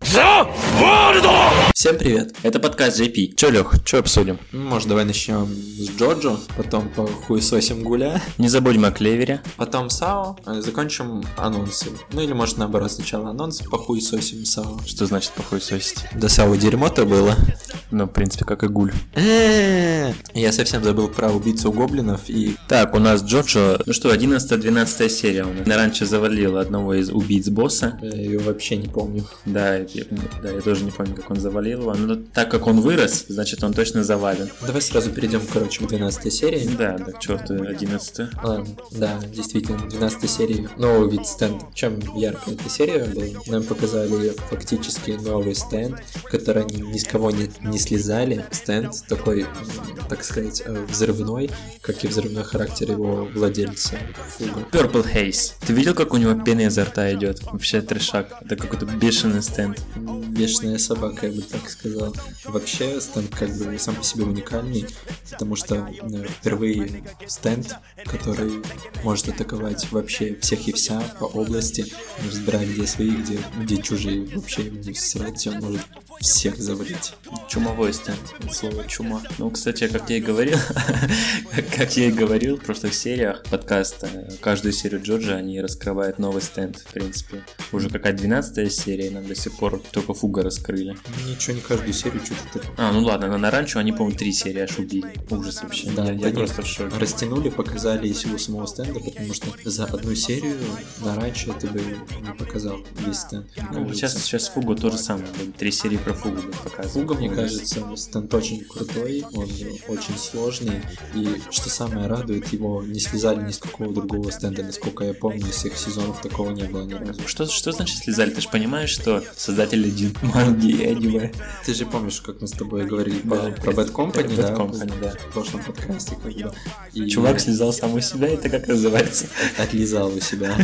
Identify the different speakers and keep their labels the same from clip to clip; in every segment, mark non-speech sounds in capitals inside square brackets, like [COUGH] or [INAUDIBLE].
Speaker 1: за Варду!
Speaker 2: Всем привет, это подкаст JP. Чё, Лёх, чё обсудим?
Speaker 3: Ну, Может, давай начнем с Джоджо, потом по хуесосим Гуля,
Speaker 2: Не забудем о клевере.
Speaker 3: потом Сао, а закончим анонсы. Ну или может наоборот, сначала анонсы, по хуесосим Сао.
Speaker 2: Что значит похуй сосить?
Speaker 3: Да Сао дерьмо-то было.
Speaker 2: Ну, в принципе, как и гуль.
Speaker 3: Я совсем забыл про убийцу гоблинов и...
Speaker 2: Так, у нас Джоджо, ну что, 11-12 серия у нас. Она раньше завалила одного из убийц босса.
Speaker 3: Я ее э, вообще не помню.
Speaker 2: Да, я, да, я тоже не помню, как он завалил его. Но так как он вырос, значит, он точно завален.
Speaker 3: Давай сразу перейдем, короче, к 12 серии.
Speaker 2: Да, да, к черту, 11
Speaker 3: Ладно, А, да, действительно, 12 серии новый вид стенда. Чем яркая эта серия была? Нам показали фактически новый стенд, который они ни с кого не, не слезали. Стенд такой, м, так сказать, э, взрывной, как и взрывной характер его владельца. Фуга.
Speaker 2: Purple Haze. Ты видел, как у него пена изо рта идет? Вообще трешак. Это какой-то бешеный стенд.
Speaker 3: Бешеная собака, я бы так сказал. Вообще, стенд как бы сам по себе уникальный, потому что э, впервые стенд, который может атаковать вообще всех и вся по области, не разбирая, где свои, где, где чужие. Вообще ему не срать, он может всех завалить.
Speaker 2: Чумовой стенд. Слово чума. Ну, кстати, как я и говорил, [LAUGHS] как я и говорил в прошлых сериях подкаста, каждую серию Джорджа они раскрывают новый стенд, в принципе. Уже какая 12 серия, и нам до сих пор только фуга раскрыли.
Speaker 3: Ничего, не каждую серию что-то так
Speaker 2: А, ну ладно, на, на ранчо они, по-моему, три серии аж убили. Ужас вообще.
Speaker 3: Да,
Speaker 2: я, я
Speaker 3: да нет.
Speaker 2: просто в шоке.
Speaker 3: растянули, показали силу самого стенда, потому что за одну серию на раньше ты бы не показал весь стенд.
Speaker 2: Ну, вот сейчас, сейчас фугу то же самое. будет. Три серии про фугу будет показывать.
Speaker 3: Фуга, мне кажется, стенд очень крутой, он очень сложный, и что самое радует, его не слезали ни с какого другого стенда, насколько я помню, из всех сезонов такого не было ни разу.
Speaker 2: Что, что значит слезали? Ты же понимаешь, что создатели дин- манги и аниме.
Speaker 3: Ты же помнишь, как мы с тобой говорили
Speaker 2: Да,
Speaker 3: про, про Bad Company,
Speaker 2: Bad
Speaker 3: да?
Speaker 2: Company, да.
Speaker 3: В прошлом подкасте, когда и
Speaker 2: Чувак слезал сам у себя, это как называется?
Speaker 3: отлизал у себя.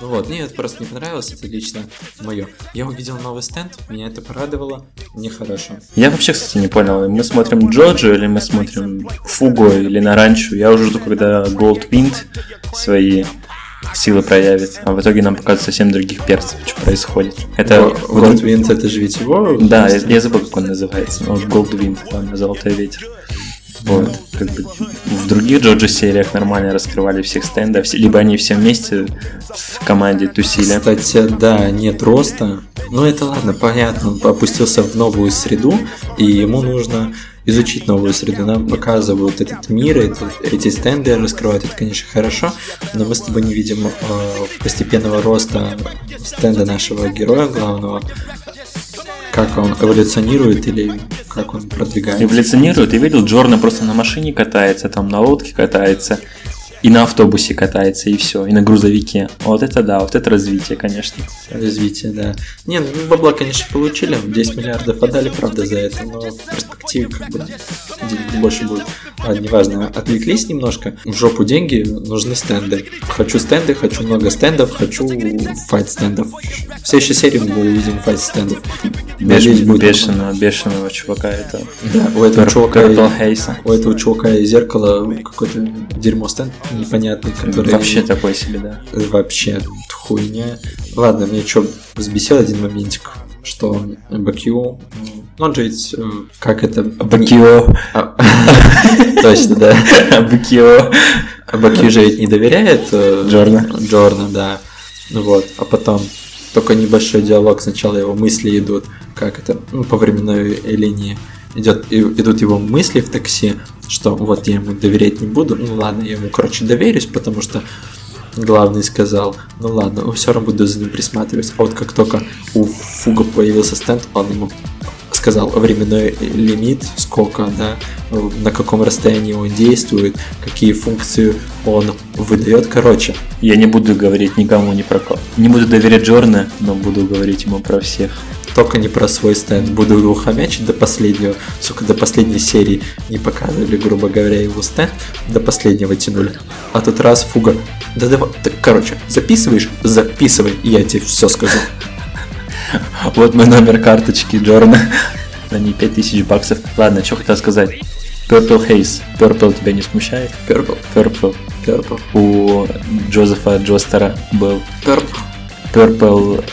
Speaker 3: Ну Вот, мне это просто не понравилось, это лично мое. Я увидел новый стенд, меня это порадовало, мне хорошо.
Speaker 2: Я вообще, кстати, не понял, мы смотрим Джоджо или мы смотрим Фуго или на Ранчо. Я уже жду, когда Goldwind свои силы проявит, а в итоге нам показывают совсем других перцев, что происходит.
Speaker 3: Го-
Speaker 2: Это...
Speaker 3: Goldwind, это же ведь его?
Speaker 2: Э, Да, я, я забыл, как он называется. но вот Goldwind, там, Золотой ветер. Вот, как бы в других Джоджо сериях нормально раскрывали всех стендов, все- либо они все вместе в команде тусили.
Speaker 3: Кстати, да, нет роста. Но это ладно, понятно, он опустился в новую среду, и ему нужно изучить новую среду. Нам показывают этот мир, это- эти стенды раскрывают, это, конечно, хорошо, но мы с тобой не видим э, постепенного роста стенда нашего героя главного, как он эволюционирует или как он продвигается.
Speaker 2: эволюционирует. Я видел, Джорна просто на машине катается, там на лодке катается, и на автобусе катается, и все, и на грузовике. Вот это да, вот это развитие, конечно.
Speaker 3: Развитие, да. Не, ну, бабла, конечно, получили, 10 миллиардов отдали, правда, за это, но в перспективе как бы денег больше будет. Ладно, неважно, отвлеклись немножко, в жопу деньги, нужны стенды. Хочу стенды, хочу много стендов, хочу файт стендов. В следующей серии мы увидим файт стендов. Надеюсь,
Speaker 2: Бешен-
Speaker 3: будет
Speaker 2: бешеного, бешеного чувака это.
Speaker 3: нормально. Да, у этого чувака...
Speaker 2: Purple Haze.
Speaker 3: У этого чувака из зеркала какой-то дерьмо стенд непонятный, который...
Speaker 2: Вообще такой себе, да.
Speaker 3: Вообще хуйня. Ладно, мне что взбесил один моментик, что Бакью, м, ну он же ведь, э, как это... не-
Speaker 2: Бакио.
Speaker 3: А- [LAUGHS] Точно, да.
Speaker 2: [LAUGHS] Бакио.
Speaker 3: Бакью же ведь не доверяет э,
Speaker 2: Джорна.
Speaker 3: Джорна, да. Ну вот, а потом только небольшой диалог, сначала его мысли идут, как это, ну, по временной линии идет, и- идут его мысли в такси, что вот я ему доверять не буду, ну ладно, я ему, короче, доверюсь, потому что главный сказал, ну ладно, все равно буду за ним присматриваться. А вот как только у Фуга появился стенд, он ему сказал временной лимит, сколько, да, э, на каком расстоянии он действует, какие функции он выдает, короче.
Speaker 2: Я не буду говорить никому ни про кого. Не буду доверять Джорна, но буду говорить ему про всех.
Speaker 3: Только не про свой стенд. Буду его хомячить до последнего. Сука, до последней серии не показывали, грубо говоря, его стенд. До последнего тянули. А тут раз фуга. Да давай. Так, короче, записываешь? Записывай, и я тебе все скажу.
Speaker 2: Вот мой номер карточки Джорна. На ней 5000 баксов. Ладно, что хотел сказать. Purple Haze. Purple тебя не смущает?
Speaker 3: Перпл,
Speaker 2: Purple.
Speaker 3: перпл,
Speaker 2: У Джозефа Джостера был
Speaker 3: перпл.
Speaker 2: Purple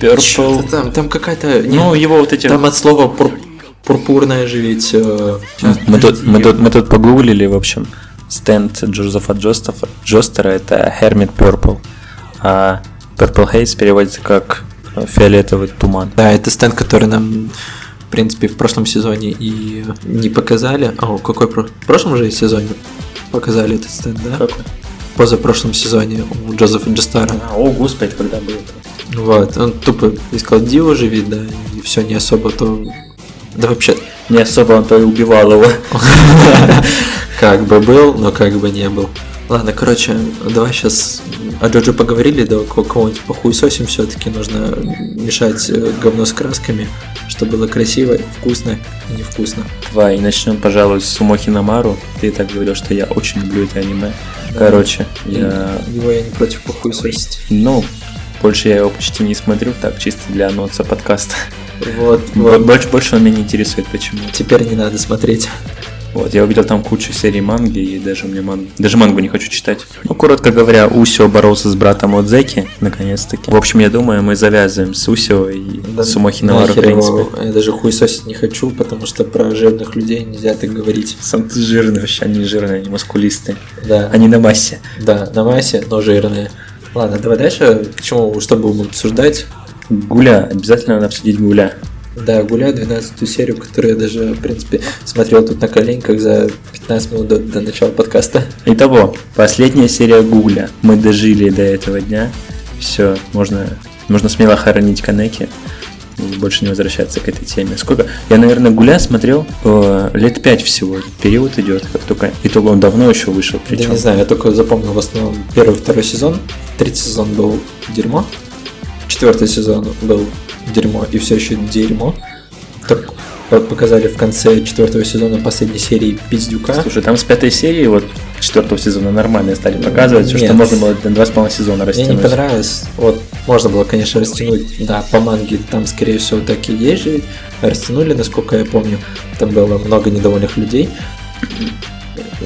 Speaker 2: Purple.
Speaker 3: Чё-то Там, там какая-то... не,
Speaker 2: Ну, его вот эти...
Speaker 3: там от слова пур- пурпурная же ведь... э,
Speaker 2: Сейчас, мы, тут, мы, тут, мы тут погуглили, в общем, стенд Джозефа Джостафа- Джостера это Hermit Purple, а Purple Haze переводится как э, фиолетовый туман.
Speaker 3: Да, это стенд, который нам, в принципе, в прошлом сезоне и не показали. О, какой про... В прошлом же сезоне показали этот стенд, да? Позапрошлом сезоне у Джозефа Джастара.
Speaker 2: А, О, господи, когда был это?
Speaker 3: Вот, он тупо искал Дио же, видно, и все не особо то... Да вообще, [LAUGHS]
Speaker 2: Не особо он то и убивал [LAUGHS] его.
Speaker 3: как бы был, но как бы не был. Ладно, короче, давай сейчас о Джоджо поговорили, да кого-нибудь похуесосим все-таки нужно мешать э, говно с красками, чтобы было красиво, вкусно и невкусно.
Speaker 2: Давай, начнем, пожалуй, с Сумохи Намару. Ты так говорил, что я очень люблю это аниме. Короче, я...
Speaker 3: Его я не против похуесосить.
Speaker 2: Ну, больше я его почти не смотрю, так, чисто для анонса подкаста.
Speaker 3: Вот,
Speaker 2: Бо-
Speaker 3: вот.
Speaker 2: Больше, больше он меня не интересует почему-то.
Speaker 3: Теперь не надо смотреть.
Speaker 2: Вот, я увидел там кучу серий манги, и даже мне ман... даже мангу не хочу читать. Ну, коротко говоря, Усио боролся с братом Отзеки, наконец-таки. В общем, я думаю, мы завязываем с Усио и
Speaker 3: Да
Speaker 2: с Умохи Навару, в
Speaker 3: нахер его,
Speaker 2: принципе.
Speaker 3: Я даже хуесосить не хочу, потому что про жирных людей нельзя так говорить.
Speaker 2: Сам ты жирный вообще, они жирные, они мускулистые.
Speaker 3: Да,
Speaker 2: Они на массе.
Speaker 3: да, на массе, но жирные. Ладно, давай дальше. Почему, что будем обсуждать?
Speaker 2: Гуля, обязательно надо обсудить Гуля.
Speaker 3: Да, гуляю 12 серию, которую я даже, в принципе, смотрел тут на коленках за 15 минут до, до начала подкаста.
Speaker 2: Итого, последняя серия Гугля. Мы дожили до этого дня. Все, можно, можно смело хоронить Канеки и больше не возвращаться к этой теме. Сколько? Я, наверное, Гуля смотрел э, лет пять всего. Этот Период идет, как только. И только он давно еще вышел,
Speaker 3: Я
Speaker 2: причем.
Speaker 3: не знаю, я только запомнил в основном первый, второй сезон. Третий сезон был дерьмо. Четвертый сезон был дерьмо и все еще дерьмо. Так вот показали в конце четвертого сезона последней серии пиздюка.
Speaker 2: Слушай, там с пятой серии вот четвертого сезона нормально стали показывать, всё, что
Speaker 3: Нет.
Speaker 2: можно было на два с половиной сезона
Speaker 3: Мне
Speaker 2: растянуть.
Speaker 3: не понравилось. Вот, можно было, конечно, растянуть, да, по манге там, скорее всего, так и есть же. Растянули, насколько я помню. Там было много недовольных людей.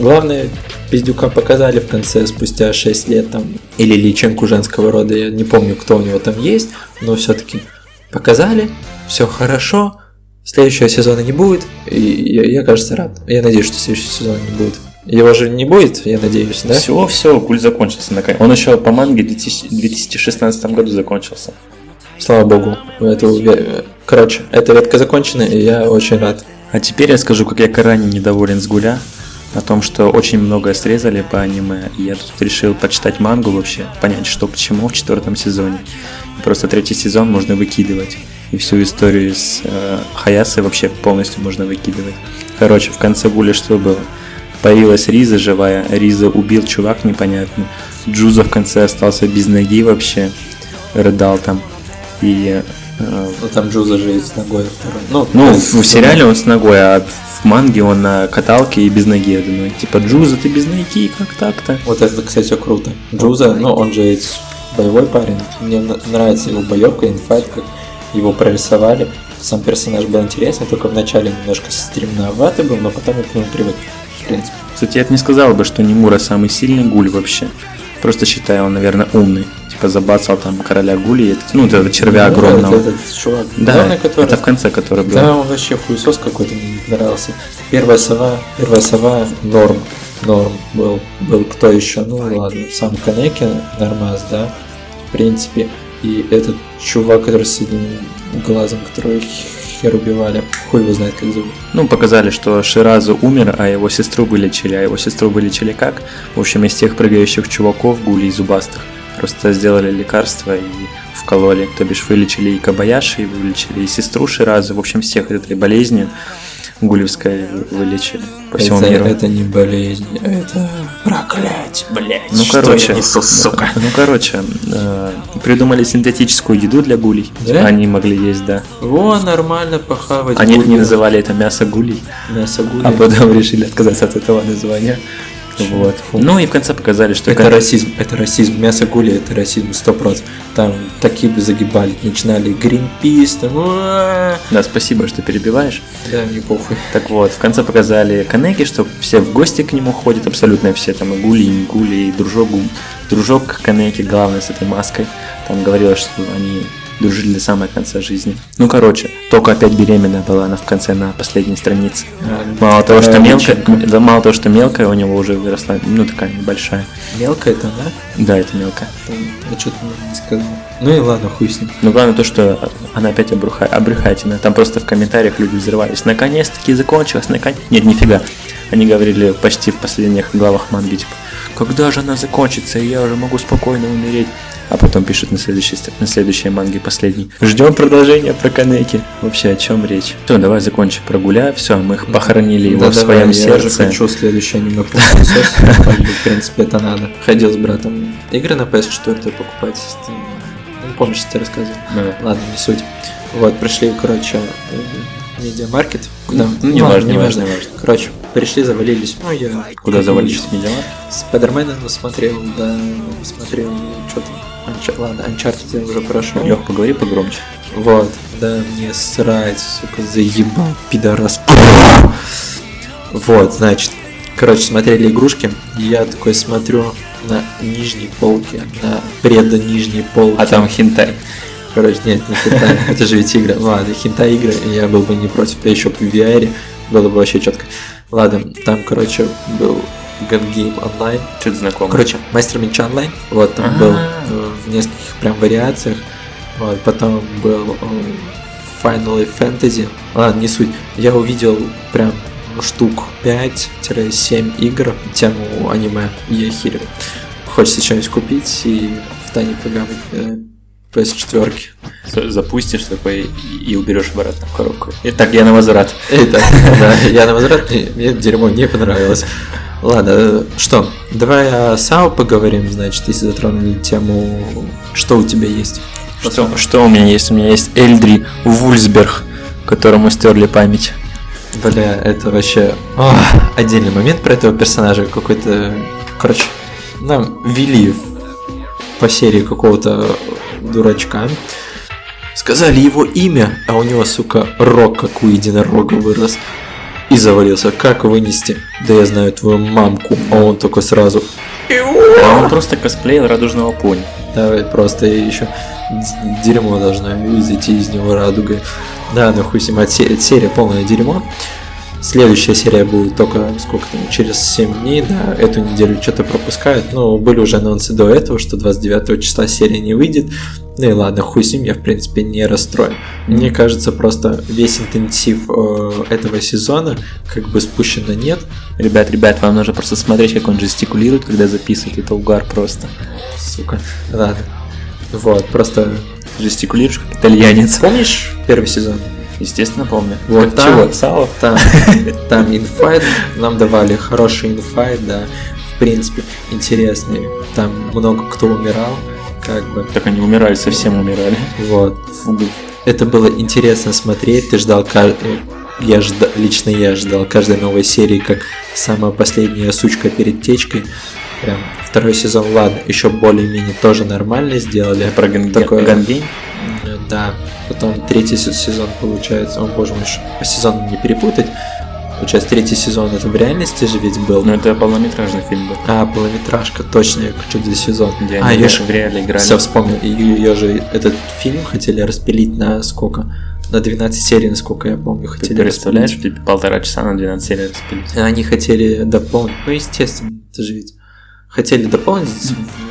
Speaker 3: Главное, пиздюка показали в конце, спустя 6 лет там, или личинку женского рода, я не помню, кто у него там есть, но все-таки показали, все хорошо, следующего сезона не будет, и я, я, кажется, рад. Я надеюсь, что следующего сезона не будет. Его же не будет, я надеюсь, да?
Speaker 2: Все, все, Гуль закончился наконец. Он еще по манге в 2000 2016 году закончился.
Speaker 3: Слава богу. Это, уве- короче, эта ветка закончена, и я очень рад.
Speaker 2: А теперь я скажу, как я крайне недоволен с Гуля, о том, что очень многое срезали по аниме, и я тут решил почитать мангу вообще, понять, что к чему в четвертом сезоне. Просто третий сезон можно выкидывать, и всю историю с э, Хаясой вообще полностью можно выкидывать. Короче, в конце Гуля что было? Появилась Риза живая, Риза убил чувак непонятный, Джуза в конце остался без ноги вообще, рыдал там, и э,
Speaker 3: Ну там Джуза же с ногой второй. Ну,
Speaker 2: ну,
Speaker 3: ну,
Speaker 2: в в сериале он с ногой, а в манге он на каталке и без ноги. Я думаю, типа, Джуза, ты без ноги, как так-то?
Speaker 3: Вот это, кстати, круто. Джуза, ну он же ведь боевой парень. Мне на- нравится его боевка, инфайт, как его прорисовали. Сам персонаж был интересный, только вначале немножко стремноватый был, но потом я к нему привык. В принципе.
Speaker 2: Кстати, я бы не сказал бы, что Немура самый сильный гуль вообще. Просто считаю, он, наверное, умный. Типа, забацал там короля гули, и этот- ну, вот этого червя
Speaker 3: Ну,
Speaker 2: огромного.
Speaker 3: этот- этот чувак.
Speaker 2: Да,
Speaker 3: Главное, который...
Speaker 2: это в конце, который был.
Speaker 3: Да, он вообще хуесос какой-то мне не понравился. Первая сова, первая сова, норм, норм был. Был кто еще? Ну ладно, сам Канеки, нормас, да, в принципе. И этот чувак, который с одним глазом, который хер убивали, хуй его знает, как зовут.
Speaker 2: Ну, показали, что Ширазу умер, а его сестру вылечили. А его сестру вылечили как? В общем, из тех прыгающих чуваков, гулей зубастых. Просто сделали лекарство и вкололи. То бишь, вылечили и Кабаяши, и вылечили и сестру Ширазу. В общем, всех от этой болезни гулевской вылечили по всему
Speaker 3: это,
Speaker 2: миру.
Speaker 3: это не болезнь, это проклятие, блять.
Speaker 2: Ну, короче, Ну, короче, э, придумали синтетическую еду для гулей.
Speaker 3: Да?
Speaker 2: Они могли есть, да.
Speaker 3: Во, нормально похавать.
Speaker 2: Они
Speaker 3: будем.
Speaker 2: не называли это мясо гулей.
Speaker 3: Мясо
Speaker 2: А
Speaker 3: гуляем.
Speaker 2: потом решили отказаться от этого названия.
Speaker 3: Чё?
Speaker 2: Вот. Ну и в конце показали, что
Speaker 3: Это
Speaker 2: кон-
Speaker 3: расизм, это расизм. Мясо гули, это расизм, сто процентов. Там такие бы загибали, начинали Гринпис, там... «Уа!»
Speaker 2: Да, спасибо, что перебиваешь.
Speaker 3: Да, мне похуй.
Speaker 2: Так вот, в конце показали Канеки, что все в гости к нему ходят, абсолютно все, там и Гули, и не Гули, и дружок, Гу- дружок Канеки, главный с этой маской. Там говорилось, что они дружили до самого конца жизни. Ну, короче, только опять беременная была она в конце на последней странице. Мало того, что мелкая, да, мало того, что мелкая у него уже выросла, ну, такая небольшая.
Speaker 3: Мелко это, да?
Speaker 2: Да, это мелкая.
Speaker 3: Я что-то не сказал. Ну и ладно, хуй с ним.
Speaker 2: Но главное то, что она опять обруха... обрюхатина. Там просто в комментариях люди взрывались. Наконец-таки закончилось, наконец... Нет, нифига. Они говорили почти в последних главах манги, типа, когда же она закончится, и я уже могу спокойно умереть. А потом пишут на следующей, стр- на следующей манге последний. Ждем продолжения про Канеки. Вообще, о чем речь? Все, давай закончим про Гуля. Все, мы их похоронили его
Speaker 3: Да,
Speaker 2: в
Speaker 3: давай,
Speaker 2: своем
Speaker 3: я уже
Speaker 2: сердце.
Speaker 3: хочу следующее аниме
Speaker 2: [LAUGHS]
Speaker 3: пылесос. Как бы, В принципе, это надо. Ходил с братом. Игры на PS4 покупать. Ты- ну, Помнишь, я тебе рассказывал.
Speaker 2: Да.
Speaker 3: Ладно, не суть. Вот, пришли, короче, в медиамаркет. Куда?
Speaker 2: Ну, не
Speaker 3: ладно,
Speaker 2: важно, не важно, не важно.
Speaker 3: Короче, пришли, завалились. Ну, я...
Speaker 2: Куда завалились меня?
Speaker 3: Спайдермена смотрел, да, смотрел, что там, Анча- ладно, Uncharted я уже прошел.
Speaker 2: Лех, поговори погромче.
Speaker 3: Вот, да, мне срать, сука, заебал, пидорас. Вот, значит, короче, смотрели игрушки, и я такой смотрю на нижней полке, на предо-нижней полке.
Speaker 2: А там хинтай.
Speaker 3: Короче, нет, не
Speaker 2: [LAUGHS]
Speaker 3: хентай, это же ведь игры. Ну ладно, хентай игры, и я был бы не против, я еще в VR, было бы вообще четко. Ладно, там, короче, был Гангейм онлайн,
Speaker 2: Что-то знакомое.
Speaker 3: Короче, мастер меча онлайн. Вот там
Speaker 2: А-а-а.
Speaker 3: был э, в нескольких прям вариациях. Вот, потом был э, Final Fantasy. Ладно, не суть. Я увидел прям ну, штук 5-7 игр тему аниме Яхири. Хочется что-нибудь купить и в Тане программы э, PS4.
Speaker 2: С- запустишь такой и, и уберешь обратно в коробку. Итак, я на возврат.
Speaker 3: Итак, [LAUGHS] да, я на возврат, мне, мне это дерьмо не понравилось. Ладно, э, что, давай о САУ поговорим, значит, если затронули тему, что у тебя есть.
Speaker 2: Что, что у меня есть? У меня есть Эльдри Вульсберг, которому стерли память.
Speaker 3: Бля, это вообще ох, отдельный момент про этого персонажа какой-то... Короче, нам вели в- по серии какого-то дурачка. Сказали его имя, а у него, сука, рог, как у единорога вырос. И завалился. Как вынести? Да я знаю твою мамку. А он такой сразу...
Speaker 2: А он просто косплеил радужного пони.
Speaker 3: Давай просто еще д- дерьмо должно изойти из него радуга. Да, ну хуй с ним, от се- от серия полное дерьмо. Следующая серия будет только сколько там, через 7 дней, да, эту неделю что-то пропускают. Ну, были уже анонсы до этого, что 29 числа серия не выйдет. Ну и ладно, хуй с ним, я в принципе не расстроен. Мне кажется, просто весь интенсив э, этого сезона как бы спущен на нет.
Speaker 2: Ребят, ребят, вам нужно просто смотреть, как он жестикулирует, когда записывает. Это угар просто.
Speaker 3: Сука. Ладно. Вот, просто...
Speaker 2: Жестикулируешь, как итальянец.
Speaker 3: Помнишь первый сезон?
Speaker 2: Естественно, помню.
Speaker 3: Вот
Speaker 2: Как
Speaker 3: там-
Speaker 2: Чего? Сало? [LAUGHS]
Speaker 3: Там, там инфайт, нам давали хороший инфайт, да, в принципе, интересный. Там много кто умирал, как бы,
Speaker 2: Так они умирали, совсем умирали.
Speaker 3: вот. Это было интересно смотреть, ты ждал, ка- э, я жда- лично я ждал каждой новой серии, как самая последняя сучка перед течкой. Прям второй сезон, ладно, еще более-менее тоже нормально сделали.
Speaker 2: Я про Ганген.
Speaker 3: Такое-
Speaker 2: Гангейм?
Speaker 3: Э, Да, потом третий се- сезон получается, о боже мой, ш- а сезон не перепутать. Получается, третий сезон это в реальности же ведь был.
Speaker 2: Ну, это полнометражный фильм был.
Speaker 3: А, полнометражка, точно, я что за сезон.
Speaker 2: Где
Speaker 3: а,
Speaker 2: они
Speaker 3: я
Speaker 2: в реале играли.
Speaker 3: все вспомнил. Ее же этот фильм хотели распилить на сколько? На 12 серий, насколько я помню,
Speaker 2: Ты
Speaker 3: хотели
Speaker 2: представляешь,
Speaker 3: распилить.
Speaker 2: типа, полтора часа на 12 серий распилить.
Speaker 3: Они хотели дополнить, ну естественно, это же ведь хотели дополнить,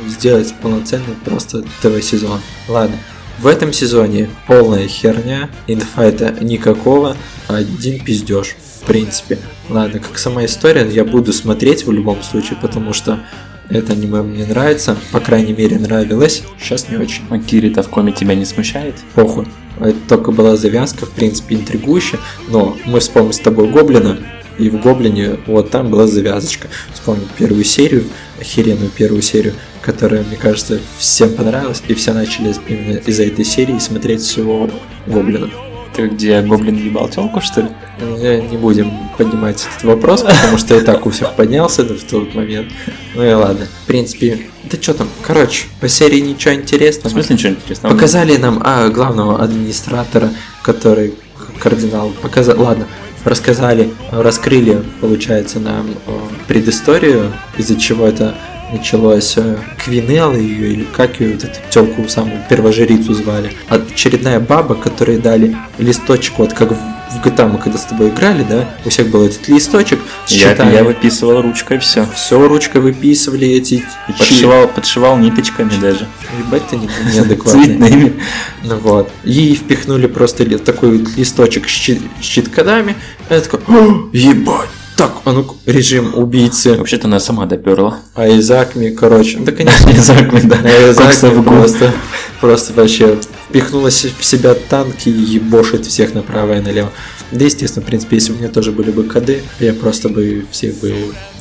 Speaker 3: сделать полноценный просто ТВ-сезон. Ладно. В этом сезоне полная херня, инфайта никакого, один пиздеж, в принципе. Ладно, как сама история, я буду смотреть в любом случае, потому что это аниме мне нравится, по крайней мере нравилось, сейчас не очень
Speaker 2: А Кирита в коме тебя не смущает?
Speaker 3: похуй. А Это только была завязка, в принципе, интригующая, но мы вспомним с тобой Гоблина, и в Гоблине вот там была завязочка. Вспомним первую серию, охеренную первую серию, которая, мне кажется, всем понравилась, и все начали именно из-за этой серии смотреть всего Гоблина.
Speaker 2: Ты где, гоблин ебал телку, что ли?
Speaker 3: Э, Не будем поднимать этот вопрос, потому что и так у всех поднялся в тот момент. Ну и ладно. В принципе, да что там, короче, по серии ничего
Speaker 2: В
Speaker 3: интересного.
Speaker 2: смысле ничего интересного?
Speaker 3: Показали нам а, главного администратора, который кардинал. Показа... Ладно, рассказали, раскрыли, получается, нам э, предысторию, из-за чего это началась э, Квинелла ее, или как ее, вот эту телку самую первожрицу звали. Очередная баба, которой дали листочек, вот как в в GTA мы когда с тобой играли, да, у всех был этот листочек,
Speaker 2: Я,
Speaker 3: считали,
Speaker 2: я выписывал ручкой все.
Speaker 3: все ручкой выписывали эти чи-
Speaker 2: Подшивал, подшивал ниточками даже.
Speaker 3: Ебать ты не- неадекватный.
Speaker 2: Цветными.
Speaker 3: Ну вот. Ей впихнули просто ли- такой вот листочек с, чи- с чит-кодами. Она такая, «О, ебать, так, а ну режим убийцы.
Speaker 2: Вообще-то она
Speaker 3: [LAUGHS]
Speaker 2: сама доперла.
Speaker 3: А Изакми, короче, ну, да,
Speaker 2: [LAUGHS]
Speaker 3: конечно,
Speaker 2: Изакми, да.
Speaker 3: А Изакми
Speaker 2: Кокса в губы.
Speaker 3: просто, просто вообще впихнула се- в себя танки и ебошит всех направо и налево. Да, естественно, в принципе, если у меня тоже были бы КД, я просто бы всех бы...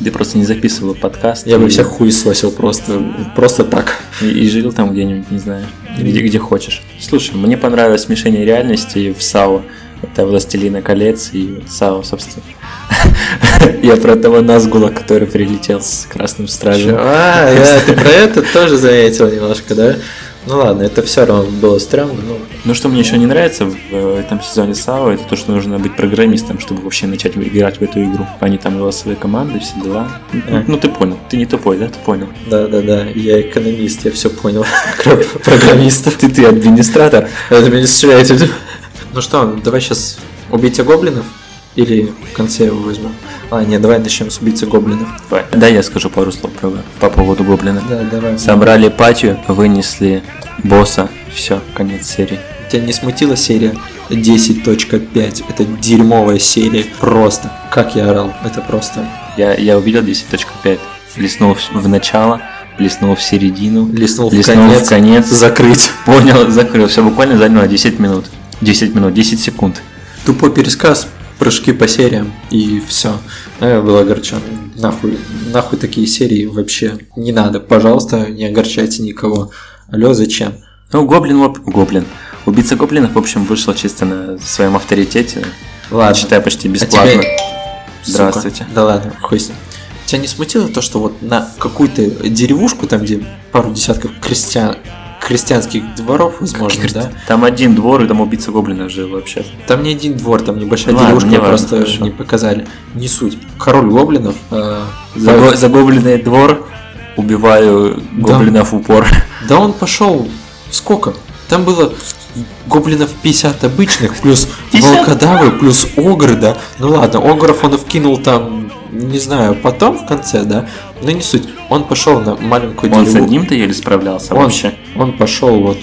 Speaker 2: Ты просто не записывал подкаст.
Speaker 3: Я бы
Speaker 2: и-
Speaker 3: всех хуй свосил просто, просто так.
Speaker 2: И, и жил там где-нибудь, не знаю, где, где хочешь. Слушай, мне понравилось смешение реальности в САУ. Это «Властелина колец» и вот САУ, собственно. [LAUGHS] Я про того Назгула, который прилетел с Красным Стражем.
Speaker 3: А, я- ты про это тоже заметил немножко, да? Ну ладно, это все равно было стрёмно. Ну,
Speaker 2: Ну, что мне еще не нравится в э, этом сезоне САУ, это то, что нужно быть программистом, чтобы вообще начать играть в эту игру. Они там голосовые команды, все дела. Ну,
Speaker 3: Ага.
Speaker 2: Ну, ты понял. Ты не тупой, да? Ты понял.
Speaker 3: да-да-да, я экономист, я все понял. [LAUGHS] Кроме Программистов.
Speaker 2: Ты, ты администратор.
Speaker 3: Администрирователь. Ну что, давай сейчас убийца гоблинов? Или в конце его возьмем? А, нет, давай начнем с убийцы гоблинов.
Speaker 2: Давай. Да, я скажу пару слов про, по поводу Гоблина.
Speaker 3: Да, давай.
Speaker 2: Собрали патию, вынесли босса. Все, конец серии.
Speaker 3: Тебя не смутила серия 10.5? Это дерьмовая серия. Просто. Как я орал. Это просто.
Speaker 2: Я, я увидел 10.5. Лиснул в, в начало, лиснул в середину,
Speaker 3: Лиснул в
Speaker 2: лиснул в
Speaker 3: конец.
Speaker 2: конец.
Speaker 3: Закрыть.
Speaker 2: Понял, закрыл. Все буквально заняло 10 минут. 10 минут, 10 секунд.
Speaker 3: Тупой пересказ, прыжки по сериям и все. Я был огорчен. Нахуй, нахуй такие серии вообще не надо. Пожалуйста, не огорчайте никого. Алло, зачем?
Speaker 2: Ну, Гоблин, в об- Гоблин. Убийца Гоблинов, в общем, вышел чисто на своем авторитете.
Speaker 3: Ладно.
Speaker 2: Читая почти
Speaker 3: А
Speaker 2: бесплатно.
Speaker 3: тебя- Сука.
Speaker 2: Здравствуйте.
Speaker 3: Да ладно, хуй с ним. Тебя не смутило то, что вот на какую-то деревушку, там где пару десятков крестьян, крестьянских дворов, возможно, да?
Speaker 2: Там один двор, и там убийца Гоблина жил вообще.
Speaker 3: Там не один двор, там небольшая
Speaker 2: Ладно,
Speaker 3: деревушка,
Speaker 2: не важно,
Speaker 3: просто
Speaker 2: хорошо.
Speaker 3: не показали. Не суть. Король гоблинов э,
Speaker 2: За, го- за Гоблиный двор убиваю гоблинов в упор.
Speaker 3: Да он пошел сколько? Там было гоблинов 50 обычных, плюс
Speaker 2: 50?
Speaker 3: волкодавы, плюс огры, да. Ну ладно, огров он вкинул там, не знаю, потом в конце, да. Но не суть. Он пошел на маленькую
Speaker 2: Он с
Speaker 3: дереву-
Speaker 2: одним-то еле справлялся
Speaker 3: Он,
Speaker 2: вообще.
Speaker 3: он пошел вот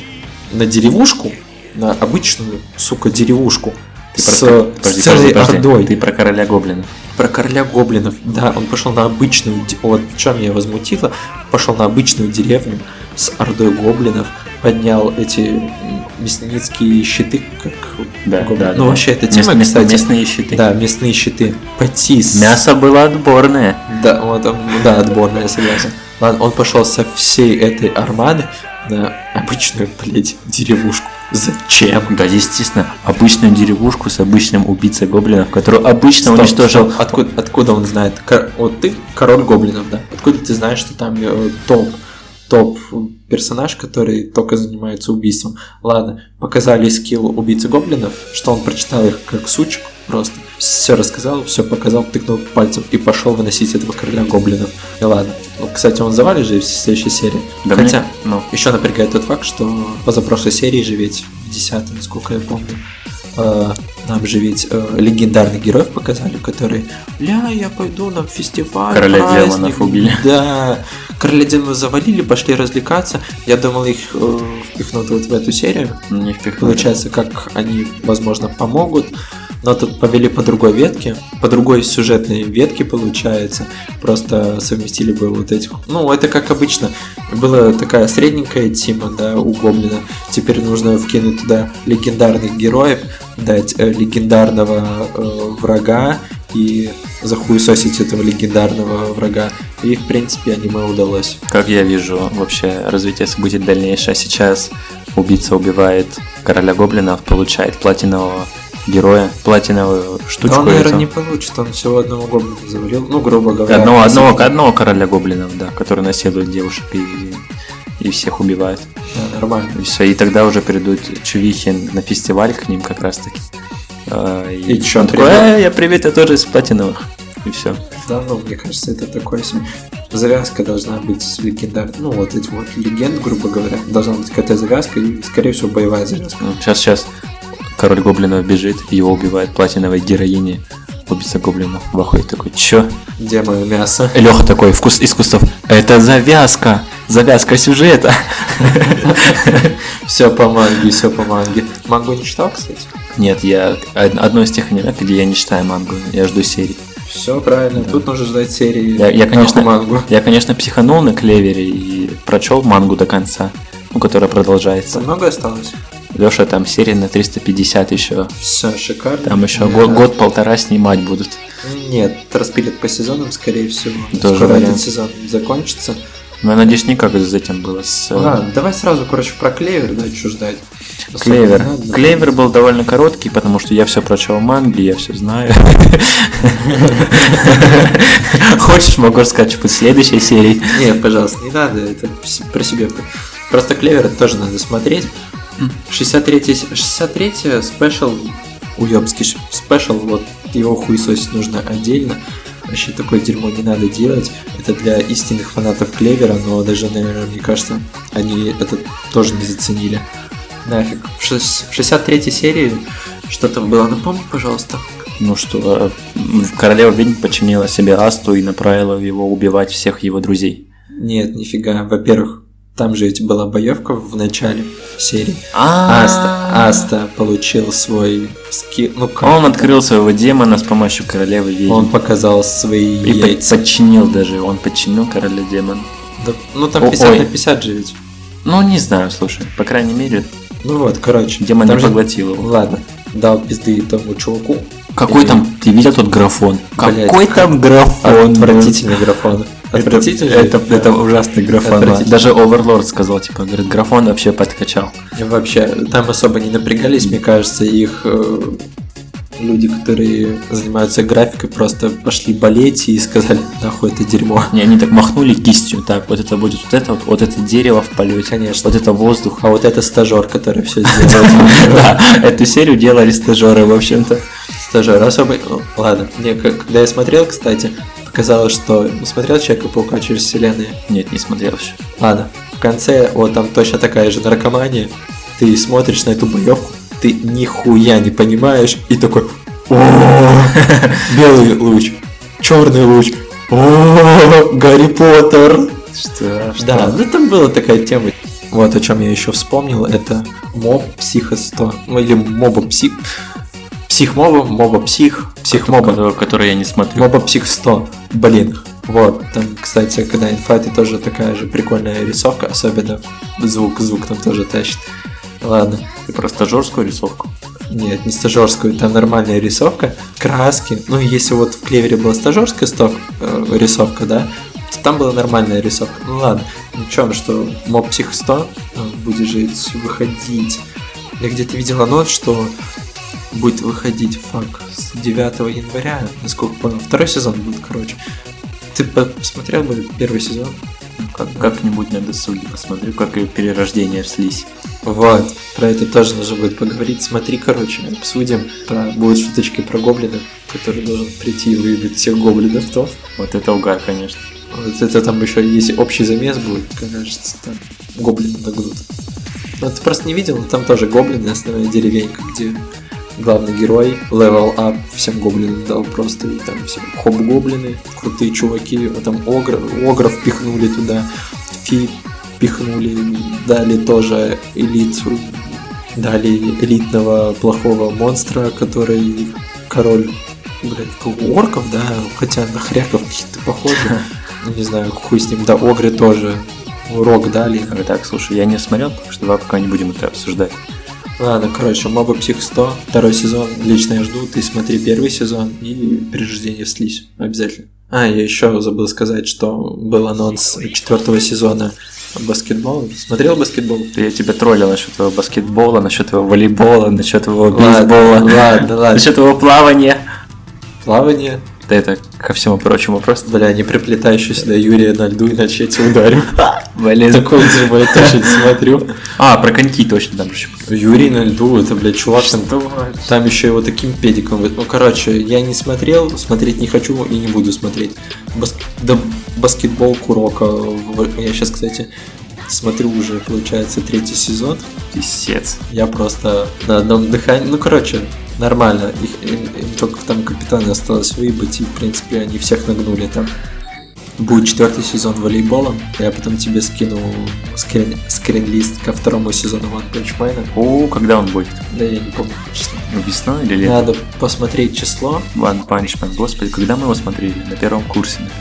Speaker 3: на деревушку, на обычную, сука, деревушку.
Speaker 2: Ты
Speaker 3: С,
Speaker 2: про-
Speaker 3: с
Speaker 2: подожди,
Speaker 3: целой
Speaker 2: подожди,
Speaker 3: ордой.
Speaker 2: Ты про короля гоблинов.
Speaker 3: Про короля гоблинов. Да, он пошел на обычную... де- Вот в чем меня возмутило. Пошел на обычную деревню с ордой гоблинов, поднял эти м, мясницкие щиты, как...
Speaker 2: Да,
Speaker 3: гоблин-
Speaker 2: да,
Speaker 3: ну,
Speaker 2: да.
Speaker 3: вообще, эта
Speaker 2: Мест-
Speaker 3: тема,
Speaker 2: мест-
Speaker 3: кстати...
Speaker 2: Местные щиты.
Speaker 3: Да, мясные щиты. Пойти с...
Speaker 2: Мясо было отборное.
Speaker 3: Да, вот он, да, отборная, я согласен. Ладно, он пошел со всей этой армады на обычную, блядь, деревушку. Зачем?
Speaker 2: Да, естественно, обычную деревушку с обычным убийцей гоблинов, которую обычно
Speaker 3: Стоп,
Speaker 2: уничтожил.
Speaker 3: стоп. Откуда, откуда он знает? Кор- Вот ты король гоблинов, да? Откуда ты знаешь, что там э, топ, топ персонаж, который только занимается убийством? Ладно, показали скилл убийцы гоблинов, что он прочитал их как сучек просто. Все рассказал, все показал, тыкнул пальцем и пошел выносить этого короля гоблинов. И ладно. Ну, Кстати, он завалит же в следующей серии.
Speaker 2: Да мне-
Speaker 3: Хотя,
Speaker 2: ну,
Speaker 3: еще напрягает тот факт, что позапрошлой серии же ведь в 10 насколько я помню, э, нам же ведь э, легендарных героев показали, которые «Ля, я пойду на фестиваль,
Speaker 2: Короля
Speaker 3: праздник».
Speaker 2: демонов убили.
Speaker 3: Да, короля демонов завалили, пошли развлекаться. Я думал, их э, впихнут вот в эту серию.
Speaker 2: не впихнули.
Speaker 3: Получается, как они, возможно, помогут. Но тут повели по другой ветке, по другой сюжетной ветке получается. Просто совместили бы вот этих. Ну, это как обычно. Была такая средненькая тема, да, у Гоблина. Теперь нужно вкинуть туда легендарных героев, дать э, легендарного э, врага и захуесосить этого легендарного врага. И, в принципе, аниме удалось.
Speaker 2: Как я вижу вообще развитие событий дальнейшее, сейчас убийца убивает короля гоблинов, получает платинового героя, платиновую штучку.
Speaker 3: Но он, наверное,
Speaker 2: эту.
Speaker 3: не получит, он всего одного гоблина завалил. Ну, грубо говоря.
Speaker 2: Одного, одного, одного короля гоблинов, да, который насилует девушек и, и всех убивает.
Speaker 3: Да, нормально.
Speaker 2: И все, и тогда уже придут чувихи на фестиваль к ним как раз таки. А,
Speaker 3: И чё,
Speaker 2: он такой,
Speaker 3: привет?
Speaker 2: «Э, я привет, я тоже из платиновых. И все.
Speaker 3: Да, ну, мне кажется, это такое себе. завязка должна быть легендарной. Ну, вот эти вот легенд, грубо говоря, должна быть какая-то завязка и, скорее всего, боевая завязка.
Speaker 2: Сейчас, сейчас Ну, король гоблинов бежит, его убивает платиновая героиня. Убийца гоблинов в ахуе такой, чё?
Speaker 3: Где мое мясо? [LAUGHS]
Speaker 2: Леха такой, вкус из кустов. Это завязка! Завязка сюжета!
Speaker 3: Все по манге, все по манге. Мангу не читал, кстати?
Speaker 2: Нет, я од- одно из тех аниме, где я не читаю мангу, я жду серии.
Speaker 3: Все правильно, тут нужно ждать серии.
Speaker 2: Я, я,
Speaker 3: Нахуй
Speaker 2: конечно,
Speaker 3: мангу.
Speaker 2: я, конечно, психанул на клевере и прочел мангу до конца, ну, которая
Speaker 3: Там
Speaker 2: продолжается.
Speaker 3: много осталось?
Speaker 2: Леша, там серия на 350 еще.
Speaker 3: Все, шикарно.
Speaker 2: Там еще
Speaker 3: Нет.
Speaker 2: год-полтора снимать будут.
Speaker 3: Нет, распилят по сезонам, скорее всего.
Speaker 2: Тоже
Speaker 3: Скоро
Speaker 2: вариант.
Speaker 3: этот сезон закончится.
Speaker 2: Но Ну, я надеюсь, никак с этим было с... э,
Speaker 3: Ладно, давай сразу, короче, про клевер, да, что ждать. Особо
Speaker 2: Клевер.
Speaker 3: не надо.
Speaker 2: Клевер был довольно короткий, потому что я все прочел манги, я все [LAUGHS] знаю. Хочешь, могу рассказать что-нибудь в следующей серии.
Speaker 3: Нет, пожалуйста, [LAUGHS] не надо, это с- про себя. Просто клевер это тоже надо смотреть. 63 63 спешл, уебский ш- спешл, вот его хуесосить нужно отдельно. Вообще такое дерьмо не надо делать. Это для истинных фанатов клевера, но даже, наверное, мне кажется, они это тоже не заценили. Нафиг. В шес- в 63 серии что-то было. Напомни, пожалуйста.
Speaker 2: Ну что, э, м, королева ведьм подчинила себе Асту и направила его убивать всех его друзей.
Speaker 3: Нет, нифига. Во-первых, там же ведь была боевка в начале серии.
Speaker 2: А,
Speaker 3: Аста, Аста получил свой скилл. Ну как?
Speaker 2: Он открыл своего демона с помощью королевы
Speaker 3: Он
Speaker 2: ведьм.
Speaker 3: показал свои
Speaker 2: И под-
Speaker 3: яйца.
Speaker 2: подчинил даже, он подчинил короля демона.
Speaker 3: Да, ну там
Speaker 2: О,
Speaker 3: 50 на
Speaker 2: ой.
Speaker 3: 50 же ведь.
Speaker 2: Ну, не знаю, слушай, по крайней мере,
Speaker 3: Ну вот, короче.
Speaker 2: демон
Speaker 3: там
Speaker 2: не
Speaker 3: же-
Speaker 2: поглотил его.
Speaker 3: Ладно, дал пизды тому чуваку.
Speaker 2: Какой там, ты видел тот графон?
Speaker 3: Блядь,
Speaker 2: Какой там графон?
Speaker 3: Отвратительный графон.
Speaker 2: А Это,
Speaker 3: Отвратительный.
Speaker 2: это, это ужасный графон.
Speaker 3: Отвратительно.
Speaker 2: да. Даже Оверлорд сказал, типа, говорит, графон вообще подкачал.
Speaker 3: И Вообще, там особо не напрягались, мне кажется, их э, люди, которые занимаются графикой, просто пошли болеть и сказали, нахуй это дерьмо.
Speaker 2: Не, они так махнули кистью, так, вот это будет вот это, вот, вот это дерево в полете,
Speaker 3: Конечно.
Speaker 2: вот это воздух.
Speaker 3: А вот это стажер, который все сделал.
Speaker 2: [LAUGHS] Да, [LAUGHS] эту серию делали стажеры, в общем-то.
Speaker 3: Стажер особый. ну, Ладно, мне к- когда я смотрел, кстати, показалось, что ну, смотрел Человека-паука через вселенные.
Speaker 2: Нет, не смотрел еще.
Speaker 3: Ладно, в конце, вот там точно такая же наркомания. Ты смотришь на эту боевку, ты нихуя не понимаешь, и такой «О, белый луч, черный луч, о, Гарри Поттер.
Speaker 2: Что?
Speaker 3: Да, ну там была такая тема. Вот о чем я еще вспомнил, это моб психо 100. Ну, Или моба псих. Психмоба, моба псих, психмоба.
Speaker 2: Который, который я не смотрю.
Speaker 3: Моба Псих 100. Блин. Вот, там, кстати, когда инфайты тоже такая же прикольная рисовка, особенно звук, звук там тоже тащит. Ладно,
Speaker 2: Ты про стажерскую рисовку.
Speaker 3: нет, не стажерскую, там нормальная рисовка, краски. Ну, если вот в клевере была стажерская сток, э, рисовка, да, то там была нормальная рисовка. Ну ладно, ничего, что моб псих 100 э, будет жить, выходить. Я где-то видел анонс, что будет выходить фак с 9 января, насколько понял. Второй сезон будет, короче. Ты по- посмотрел бы первый сезон?
Speaker 2: Как- Как-нибудь на досуге посмотрю, как ее перерождение в слизь.
Speaker 3: Вот, про это тоже нужно будет поговорить. Смотри, короче, обсудим. Про... Будут шуточки про гоблина, который должен прийти и выебить всех гоблинов то.
Speaker 2: Вот это угар, конечно.
Speaker 3: Вот это там еще есть общий замес будет, кажется, там гоблины нагнут. Ну, ты просто не видел, но там тоже гоблины, основная деревенька, где главный герой левел ап всем гоблинам дал просто, и там все хоп-гоблины, крутые чуваки, вот там огр, огров пихнули туда, фи пихнули, дали тоже элит, дали элитного плохого монстра, который король блядь, орков, да, хотя на хряков какие-то похожи, ну не знаю, хуй с ним, да, огры тоже, урок дали,
Speaker 2: Говорю, Так, слушай, я не смотрел, так что давай пока не будем это обсуждать.
Speaker 3: Ладно, короче, Моба Псих 100, второй сезон, лично я жду, ты смотри первый сезон и «Перерождение в слизь», обязательно. А, я еще забыл сказать, что был анонс четвертого сезона баскетбола. Смотрел баскетбол?
Speaker 2: Да Я тебя троллил насчет его баскетбола, насчет его волейбола, насчет его
Speaker 3: Ладно,
Speaker 2: бейсбола,
Speaker 3: ладно, ладно.
Speaker 2: насчет его плавания.
Speaker 3: Плавание.
Speaker 2: Да это ко всему прочему просто.
Speaker 3: Бля, не приплетай еще сюда Юрия на льду, иначе я тебя ударю. [LAUGHS]
Speaker 2: Блин.
Speaker 3: Такое дерьмо я тоже не смотрю.
Speaker 2: А, про коньки точно там еще.
Speaker 3: Юрий на льду, это, блядь, чувак там Там еще его таким педиком. Ну, короче, я не смотрел, смотреть не хочу и не буду смотреть. Баск- Да баскетбол Курока. В- Я сейчас, кстати, смотрю уже, получается, третий сезон.
Speaker 2: Писец.
Speaker 3: Я просто на одном дыхании. Ну, короче, нормально. Их, им, им только там капитана осталось выбыть, и, в принципе, они всех нагнули там. Будет четвертый сезон волейбола. Я потом тебе скину скрин, скрин-лист ко второму сезону One Punch Man.
Speaker 2: О, когда он будет? Ну,
Speaker 3: Да я не помню, честно.
Speaker 2: Весной или летом?
Speaker 3: Надо посмотреть число.
Speaker 2: One Punch Man. Господи, когда мы его смотрели? На первом курсе. наверное.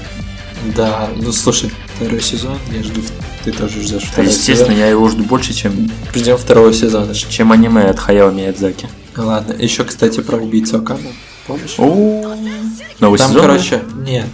Speaker 3: Да, ну слушай, второй сезон, я жду, ты тоже ждешь
Speaker 2: Да,
Speaker 3: второй
Speaker 2: естественно,
Speaker 3: сезон.
Speaker 2: я его жду больше, чем,
Speaker 3: Ждем второго сезона.
Speaker 2: чем аниме от Хаяо Миядзаки.
Speaker 3: Ладно, еще, кстати, про убийцу Акана, помнишь?
Speaker 2: О, новый
Speaker 3: там,
Speaker 2: сезон?
Speaker 3: короче, нет,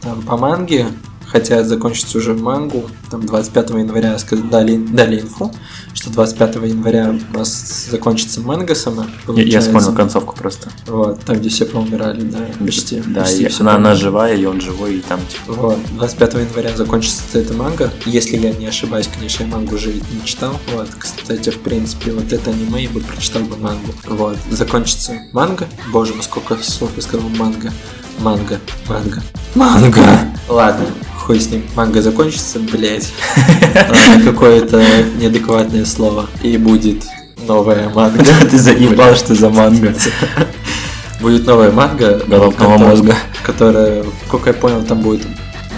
Speaker 3: там по манге, хотя закончится уже мангу, там 25 января сказ- дали, дали инфу, что 25 января у нас закончится манга сама,
Speaker 2: да? Я, я
Speaker 3: получается.
Speaker 2: вспомнил концовку просто.
Speaker 3: Вот, там, где все поумирали, да, почти.
Speaker 2: Да,
Speaker 3: почти
Speaker 2: и
Speaker 3: все
Speaker 2: она, она
Speaker 3: поумирали.
Speaker 2: живая, и он живой, и там
Speaker 3: [LAUGHS]
Speaker 2: типа...
Speaker 3: Вот, 25 января закончится эта манга. Если я не ошибаюсь, конечно, я мангу уже ведь не читал. Вот, кстати, в принципе, вот это аниме я бы прочитал бы мангу. Вот, закончится манга. Боже мой, сколько слов я сказал манга. Манга, манга, манга. Ладно, хуй с ним. Манга закончится, [LAUGHS] блять. Какое-то неадекватное слово. И будет новая манга.
Speaker 2: [LAUGHS] Ты заебал, что за манго.
Speaker 3: Будет новая манга.
Speaker 2: Головного
Speaker 3: которая-
Speaker 2: мозга.
Speaker 3: Которая, как я понял, там будет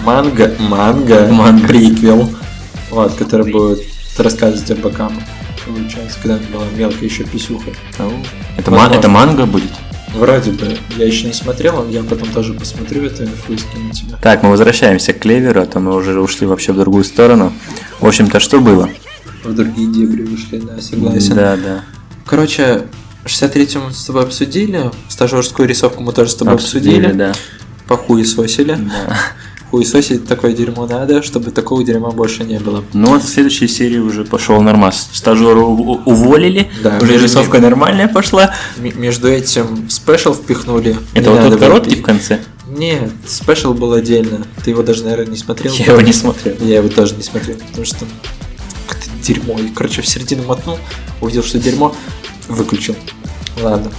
Speaker 3: манга, манга,
Speaker 2: Манга.
Speaker 3: приквел. Вот, который будет рассказывать об Акаме. Получается, когда она была мелкая еще писюха.
Speaker 2: Это, ман-
Speaker 3: Возможно.
Speaker 2: это манго будет?
Speaker 3: Вроде бы. Я еще не смотрел, я потом тоже посмотрю эту инфу и скину тебе.
Speaker 2: Так, мы возвращаемся к Клеверу, а то мы уже ушли вообще в другую сторону. В общем-то, что было?
Speaker 3: В другие дебри вышли, да, согласен.
Speaker 2: Да, да.
Speaker 3: Короче, 63-ю мы с тобой обсудили, стажерскую рисовку мы тоже с тобой обсудили,
Speaker 2: да.
Speaker 3: похуесосили.
Speaker 2: Да.
Speaker 3: Хуесосить такое дерьмо надо, чтобы такого дерьма больше не было.
Speaker 2: Ну, вот в следующей серии уже пошел нормас. Стажера у- уволили,
Speaker 3: Да,
Speaker 2: уже
Speaker 3: уже
Speaker 2: рисовка нормальная пошла.
Speaker 3: М- между этим в спешл впихнули.
Speaker 2: Это
Speaker 3: Не
Speaker 2: вот
Speaker 3: надо
Speaker 2: тот
Speaker 3: было
Speaker 2: короткий
Speaker 3: пи-
Speaker 2: в конце?
Speaker 3: Нет, спешл был отдельно. Ты его даже, наверное, не смотрел.
Speaker 2: Я его не смотрел.
Speaker 3: Я его тоже не смотрел, потому что как-то дерьмо. И, короче, в середину мотнул, увидел, что дерьмо, выключил. Ладно.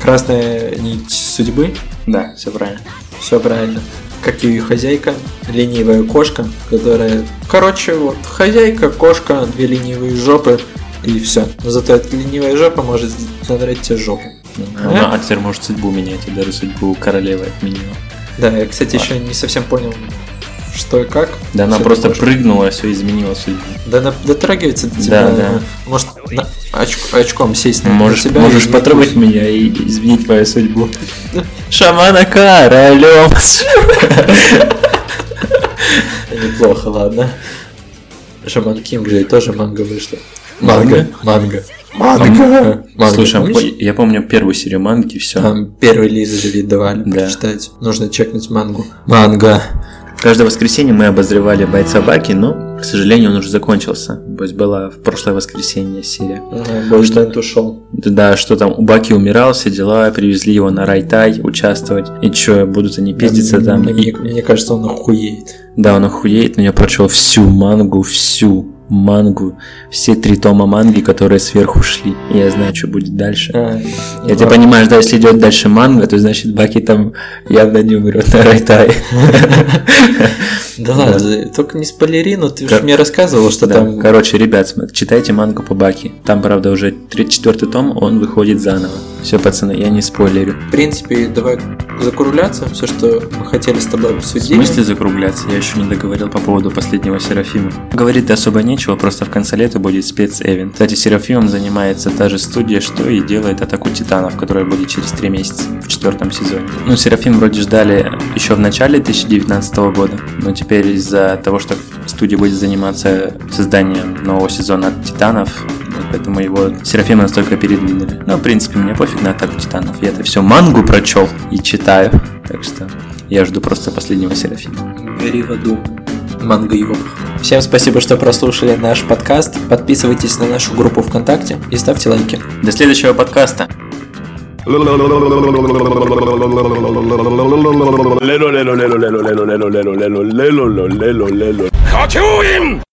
Speaker 3: Красная нить судьбы.
Speaker 2: Да, все правильно.
Speaker 3: Все правильно. Как ее хозяйка, ленивая кошка, которая... Короче, вот хозяйка, кошка, две ленивые жопы, и все. Но зато эта ленивая жопа может надрать тебе жопу.
Speaker 2: Она, а теперь может судьбу менять, и даже судьбу королевы отменила.
Speaker 3: Да, я, кстати, еще не совсем понял, что и как.
Speaker 2: Да, она
Speaker 3: Всё
Speaker 2: просто
Speaker 3: такое.
Speaker 2: прыгнула, все изменила судьбу.
Speaker 3: Да, она дотрагивается до тебя. ну,
Speaker 2: Да, да.
Speaker 3: Может, на- оч- очком сесть на, на
Speaker 2: Можешь,
Speaker 3: тебя.
Speaker 2: можешь
Speaker 3: и-
Speaker 2: потрогать меня и изменить мою судьбу. Шамана королем.
Speaker 3: Неплохо, ладно. Шаман Кинг же тоже манга вышла.
Speaker 2: Манга?
Speaker 3: Манга.
Speaker 2: Манга.
Speaker 3: Манга.
Speaker 2: Слушай, а
Speaker 3: Помнишь?
Speaker 2: по- я помню первую серию манги, все.
Speaker 3: Там первый лист же ведь давали
Speaker 2: Да.
Speaker 3: прочитать. Нужно чекнуть мангу. Манга.
Speaker 2: Каждое воскресенье мы обозревали бойца Баки, но, к сожалению, он уже закончился. То есть была в прошлое воскресенье серия.
Speaker 3: Бойштейн ушел.
Speaker 2: Да, что там, у Баки умирал, все дела, привезли его на Райтай участвовать. И чё, будут они пиздиться там?
Speaker 3: Мне,
Speaker 2: И-
Speaker 3: мне- мне кажется, он охуеет.
Speaker 2: Да, он охуеет, но я прочел всю мангу, всю мангу, все три тома манги, которые сверху шли. И я знаю, что будет дальше.
Speaker 3: А,
Speaker 2: Я тебя понимаю, что если идет дальше манга, то значит Баки там явно не [LAUGHS] умрет на Райтай.
Speaker 3: Да ладно, только не спойлери, но ты
Speaker 2: Кор-
Speaker 3: же мне рассказывал, что
Speaker 2: Да,
Speaker 3: там
Speaker 2: Короче, ребят, см- читайте мангу по Баки. Там, правда, уже тре- четвертый том, он выходит заново. Все, пацаны, я не спойлерю.
Speaker 3: В принципе, давай закругляться. Все, что мы хотели с тобой обсудить.
Speaker 2: В смысле закругляться? Я еще не договорил по поводу последнего Серафима. Говорить-то особо нечего, просто в конце лета будет спецэвент. Кстати, Серафимом занимается та же студия, что и делает Атаку Титанов, которая будет через три месяца, в четвертом сезоне. Ну, Серафим вроде ждали еще в начале 2019 года, но теперь из-за того, что студия будет заниматься созданием нового сезона от Титанов, вот поэтому его Серафима настолько передвинули. Ну, в принципе, мне пофиг на Атаку Титанов. Я это все мангу прочел и читаю, так что... Я жду просто последнего Серафима.
Speaker 3: Гори в аду. Манго его. Всем спасибо, что прослушали наш подкаст. Подписывайтесь на нашу группу ВКонтакте и ставьте лайки.
Speaker 2: До следующего подкаста.
Speaker 1: Хочу им!